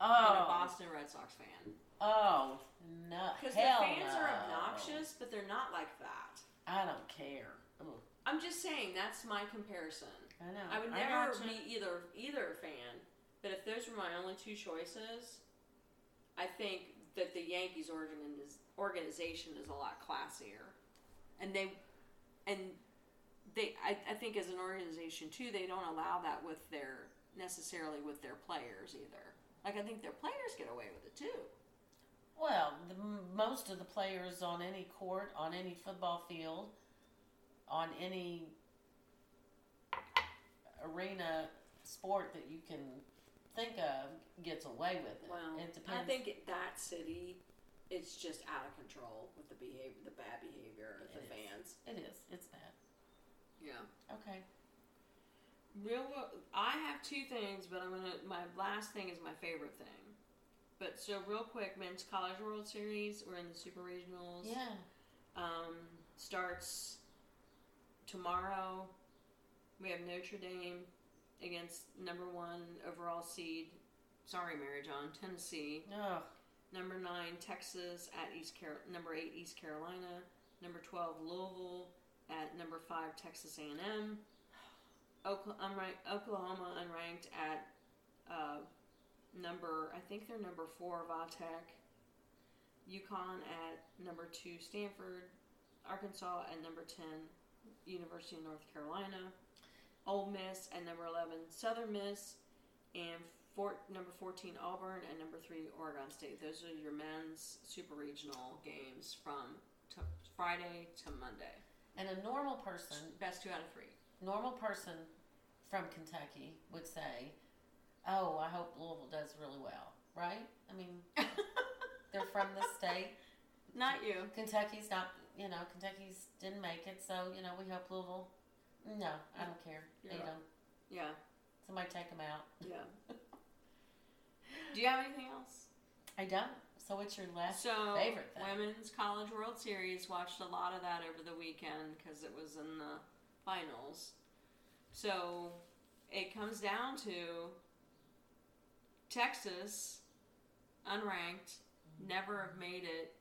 Speaker 4: Oh,
Speaker 2: Boston Red Sox fan.
Speaker 4: oh no.
Speaker 2: Because the
Speaker 4: Hell
Speaker 2: fans are
Speaker 4: no.
Speaker 2: obnoxious, but they're not like that.
Speaker 4: I don't care. Ugh.
Speaker 2: I'm just saying that's my comparison.
Speaker 4: I know.
Speaker 2: I would
Speaker 4: Oh, I
Speaker 2: never
Speaker 4: gotcha.
Speaker 2: be either either fan, but if those were my only two choices, I think that the Yankees organ- is- organization is a lot classier, and they and they I, I think as an organization too they don't allow that with their necessarily with their players either. Like I think their players get away with it too.
Speaker 4: Well, the, m- most of the players on any court, on any football field, on any arena sport that you can think of gets away with it.
Speaker 2: Well,
Speaker 4: it depends.
Speaker 2: I think it- that city, it's just out of control with the behavior, the bad behavior of the
Speaker 4: It is.
Speaker 2: fans.
Speaker 4: it is. It's bad.
Speaker 2: Yeah.
Speaker 4: Okay.
Speaker 2: Real. World, I have two things, but I'm gonna. My last thing is my favorite thing. But so real quick, men's college world series. We're in the super regionals.
Speaker 4: Yeah.
Speaker 2: Um, starts tomorrow. We have Notre Dame against number one overall seed. Sorry, Mary John, Tennessee.
Speaker 4: No.
Speaker 2: Number nine, Texas at East Carol. Number eight, East Carolina. Number twelve, Louisville at number five, Texas A&M. Okla- unran- Oklahoma unranked at uh, number I think they're number four, Vatech. UConn at number two, Stanford. Arkansas at number ten, University of North Carolina. Ole Miss at number eleven, Southern Miss and four, number 14 Auburn and number 3 Oregon State. Those are your men's super regional games from t- Friday to Monday.
Speaker 4: And a normal person
Speaker 2: Best two out of 3.
Speaker 4: normal person from Kentucky would say, "Oh, I hope Louisville does really well." Right? I mean, they're from the state.
Speaker 2: Not you.
Speaker 4: Kentucky's not, you know, Kentucky's didn't make it, so you know, we hope Louisville. No, I don't care.
Speaker 2: You're
Speaker 4: Eat
Speaker 2: right.
Speaker 4: 'em.
Speaker 2: Yeah.
Speaker 4: Somebody take them out.
Speaker 2: Yeah. Do you have anything else?
Speaker 4: I don't. So what's your last
Speaker 2: so
Speaker 4: favorite thing?
Speaker 2: women's college world series watched a lot of that over the weekend because it was in the finals so it comes down to texas unranked never have made it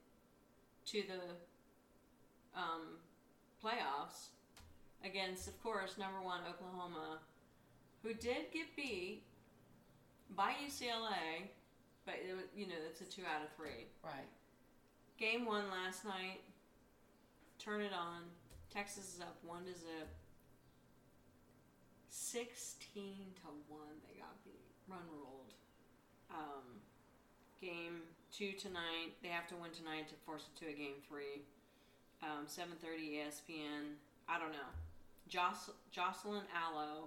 Speaker 2: to the um, playoffs against of course number one oklahoma who did get beat by ucla but it was, you know it's a two out of three
Speaker 4: Right.
Speaker 2: Game one last night. Turn it on. Texas is up one to zip. Sixteen to one, they got beat. Run ruled. Um, game two tonight. They have to win tonight to force it to a game three. Um, Seven thirty ESPN. I don't know. Joc- Jocelyn Allo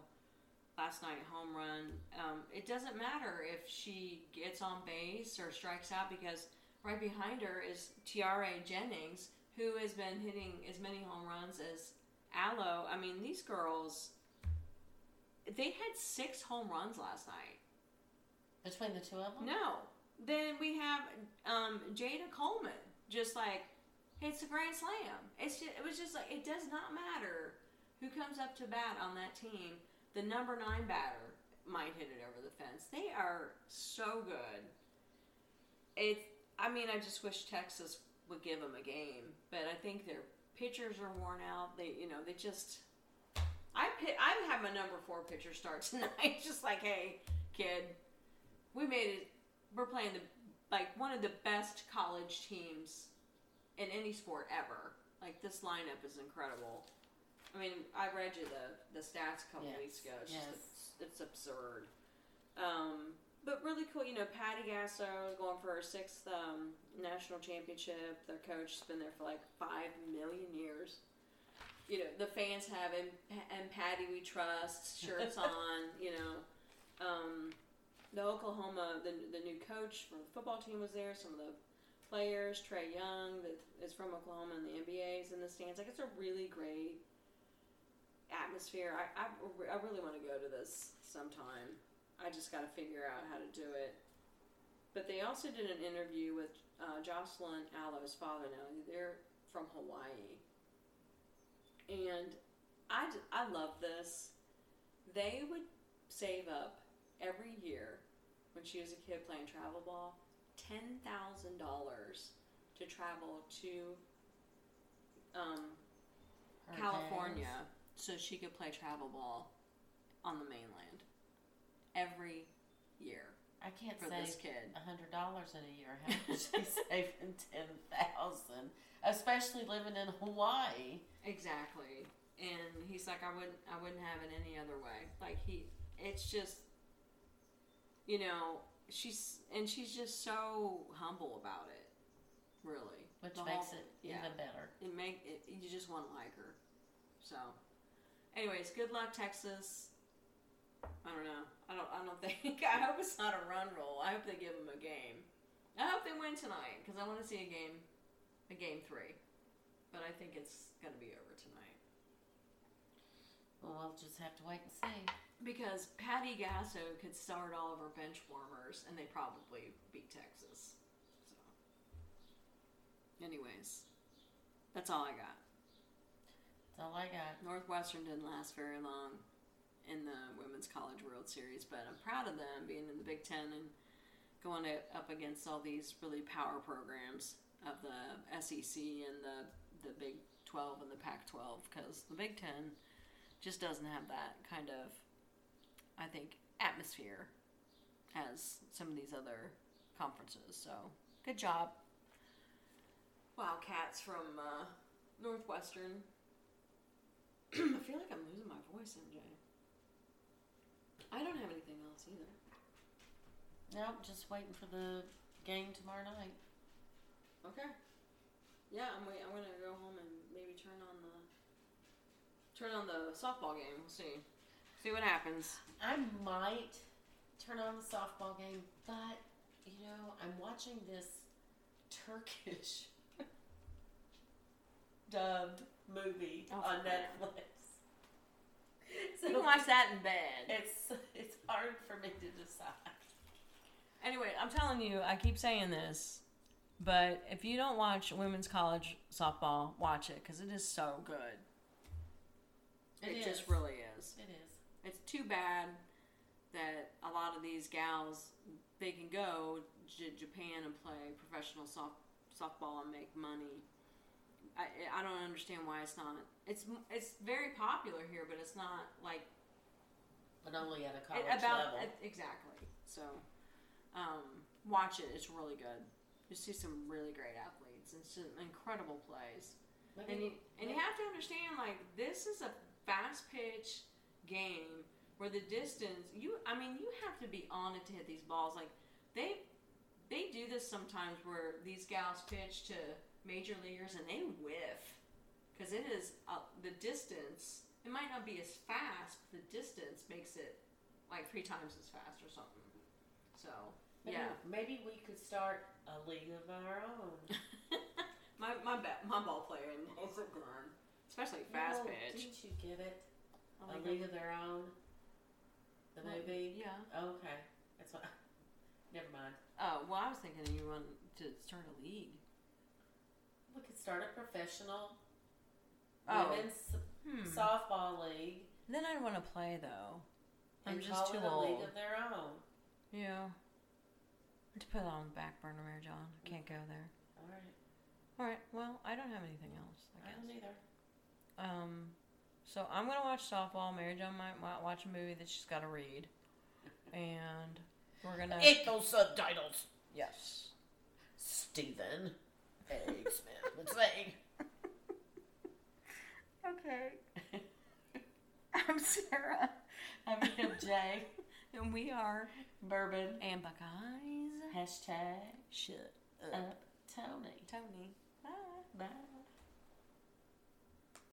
Speaker 2: last night home run. Um, it doesn't matter if she gets on base or strikes out because right behind her is Tiara Jennings, who has been hitting as many home runs as Allo. I mean, these girls, they had six home runs last night.
Speaker 4: Between the two of them.
Speaker 2: No. Then we have um, Jada Coleman just like hits a grand slam. It's just, it was just like it does not matter who comes up to bat on that team. The number nine batter might hit it over the fence. They are so good. It. I mean, I just wish Texas would give them a game, but I think their pitchers are worn out. They, you know, they just. I pi- I have my number four pitcher start tonight. just like, hey, kid, we made it. We're playing the like one of the best college teams in any sport ever. Like this lineup is incredible. I mean, I read you the the stats a couple
Speaker 4: Yes,
Speaker 2: weeks ago. It's,
Speaker 4: yes.
Speaker 2: just, abs- it's absurd. Um, but really cool, you know. Patty Gasso is going for her sixth um, national championship. Their coach has been there for like five million years. You know, the fans have and, and Patty we trust shirts on. You know, um, the Oklahoma the the new coach for the football team was there. Some of the players, Trey Young, that is from Oklahoma and the NBA is in the stands. Like it's a really great atmosphere. I I, I really want to go to this sometime. I just got to figure out how to do it. But they also did an interview with uh, Jocelyn Allo's father. Now they're from Hawaii, and I d- I love this. They would save up every year when she was a kid playing travel ball ten thousand dollars to travel to um,
Speaker 4: Hurricanes.
Speaker 2: California so she could play travel ball on the mainland every year
Speaker 4: I can't
Speaker 2: for
Speaker 4: save
Speaker 2: this kid.
Speaker 4: a hundred dollars in a year. How could she save in ten thousand? Especially living in Hawaii.
Speaker 2: Exactly. And he's like, I wouldn't, I wouldn't have it any other way. Like he, it's just, you know, she's and she's just so humble about it, really.
Speaker 4: Which
Speaker 2: The
Speaker 4: makes
Speaker 2: whole-
Speaker 4: it
Speaker 2: yeah.
Speaker 4: even better.
Speaker 2: It make it, you just want to like her. So, anyways, good luck, Texas. I don't know. I don't. I don't think. I hope it's not a run roll. I hope they give them a game. I hope they win tonight because I want to see a game, a game three. But I think it's gonna be over tonight
Speaker 4: Well, we'll just have to wait and see.
Speaker 2: because Patty Gasso could start all of her bench warmers and they probably beat Texas. So, anyways, that's all I got.
Speaker 4: That's all I got.
Speaker 2: Northwestern didn't last very long in the Women's College World Series, but I'm proud of them being in the Big Ten and going it up against all these really power programs of the SEC and the, the Big 12 and the Pac 12 because the Big Ten just doesn't have that kind of, I think, atmosphere as some of these other conferences. So good job. Wildcats from uh, Northwestern. I feel like I'm losing my voice, MJ. I don't have anything else either.
Speaker 4: Nope, just waiting for the game tomorrow night.
Speaker 2: Okay. Yeah, I'm wait. I'm gonna go home and maybe turn on the turn on the softball game. We'll see. See what happens.
Speaker 4: I might turn on the softball game, but you know, I'm watching this Turkish dubbed movie
Speaker 2: Oh,
Speaker 4: on
Speaker 2: yeah.
Speaker 4: Netflix.
Speaker 2: You can watch that in bed.
Speaker 4: It's it's hard for me to decide.
Speaker 2: Anyway, I'm telling you, I keep saying this, but if you don't watch women's college softball, watch it because it is so good. It,
Speaker 4: is.
Speaker 2: just really is.
Speaker 4: it is.
Speaker 2: It's too bad that a lot of these gals they can go to Japan and play professional soft, softball and make money. I, I don't understand why it's not. It's it's very popular here, but it's not like
Speaker 4: But only at a college
Speaker 2: it- about
Speaker 4: level.
Speaker 2: it- exactly. So um, watch it. It's really good. You see some really great athletes and some incredible plays.
Speaker 4: Maybe-
Speaker 2: And you, and you have to understand, like, this is a fast pitch game where the distance you I mean, you have to be on it to hit these balls. Like they they do this sometimes where these gals pitch to major leaguers and they whiff because it is uh, the distance. It might not be as fast, but the distance makes it like three times as fast or something. So
Speaker 4: maybe,
Speaker 2: yeah,
Speaker 4: maybe we could start a league of our own.
Speaker 2: my my ba- my ball playing is a gun, especially fast
Speaker 4: No,
Speaker 2: pitch.
Speaker 4: Didn't you get it?
Speaker 2: Oh my
Speaker 4: A
Speaker 2: God.
Speaker 4: League of Their Own. The
Speaker 2: Well,
Speaker 4: movie.
Speaker 2: Yeah.
Speaker 4: Okay, that's what. Never mind.
Speaker 2: Oh well, I was thinking you want to start a league.
Speaker 4: We could start a professional
Speaker 2: Oh.
Speaker 4: women's
Speaker 2: Hmm.
Speaker 4: softball league
Speaker 2: then I'd want to play though. I'm
Speaker 4: and
Speaker 2: just
Speaker 4: call
Speaker 2: too
Speaker 4: it a
Speaker 2: old.
Speaker 4: league of their own.
Speaker 2: Yeah. To put it on the back burner, Mary John. I can't go there.
Speaker 4: All right,
Speaker 2: All right. Well, I don't have anything else. I
Speaker 4: I
Speaker 2: guess.
Speaker 4: don't either.
Speaker 2: Um, so I'm gonna watch softball. Mary John might wa- watch a movie that she's got to read, and we're gonna.
Speaker 4: It those subtitles.
Speaker 2: yes.
Speaker 4: Stephen A. Smith would say.
Speaker 2: Okay. I'm Sarah,
Speaker 4: I'm MJ
Speaker 2: and we are
Speaker 4: Bourbon.
Speaker 2: and Buckeyes.
Speaker 4: Hashtag
Speaker 2: Shit.
Speaker 4: up Tony.
Speaker 2: Tony.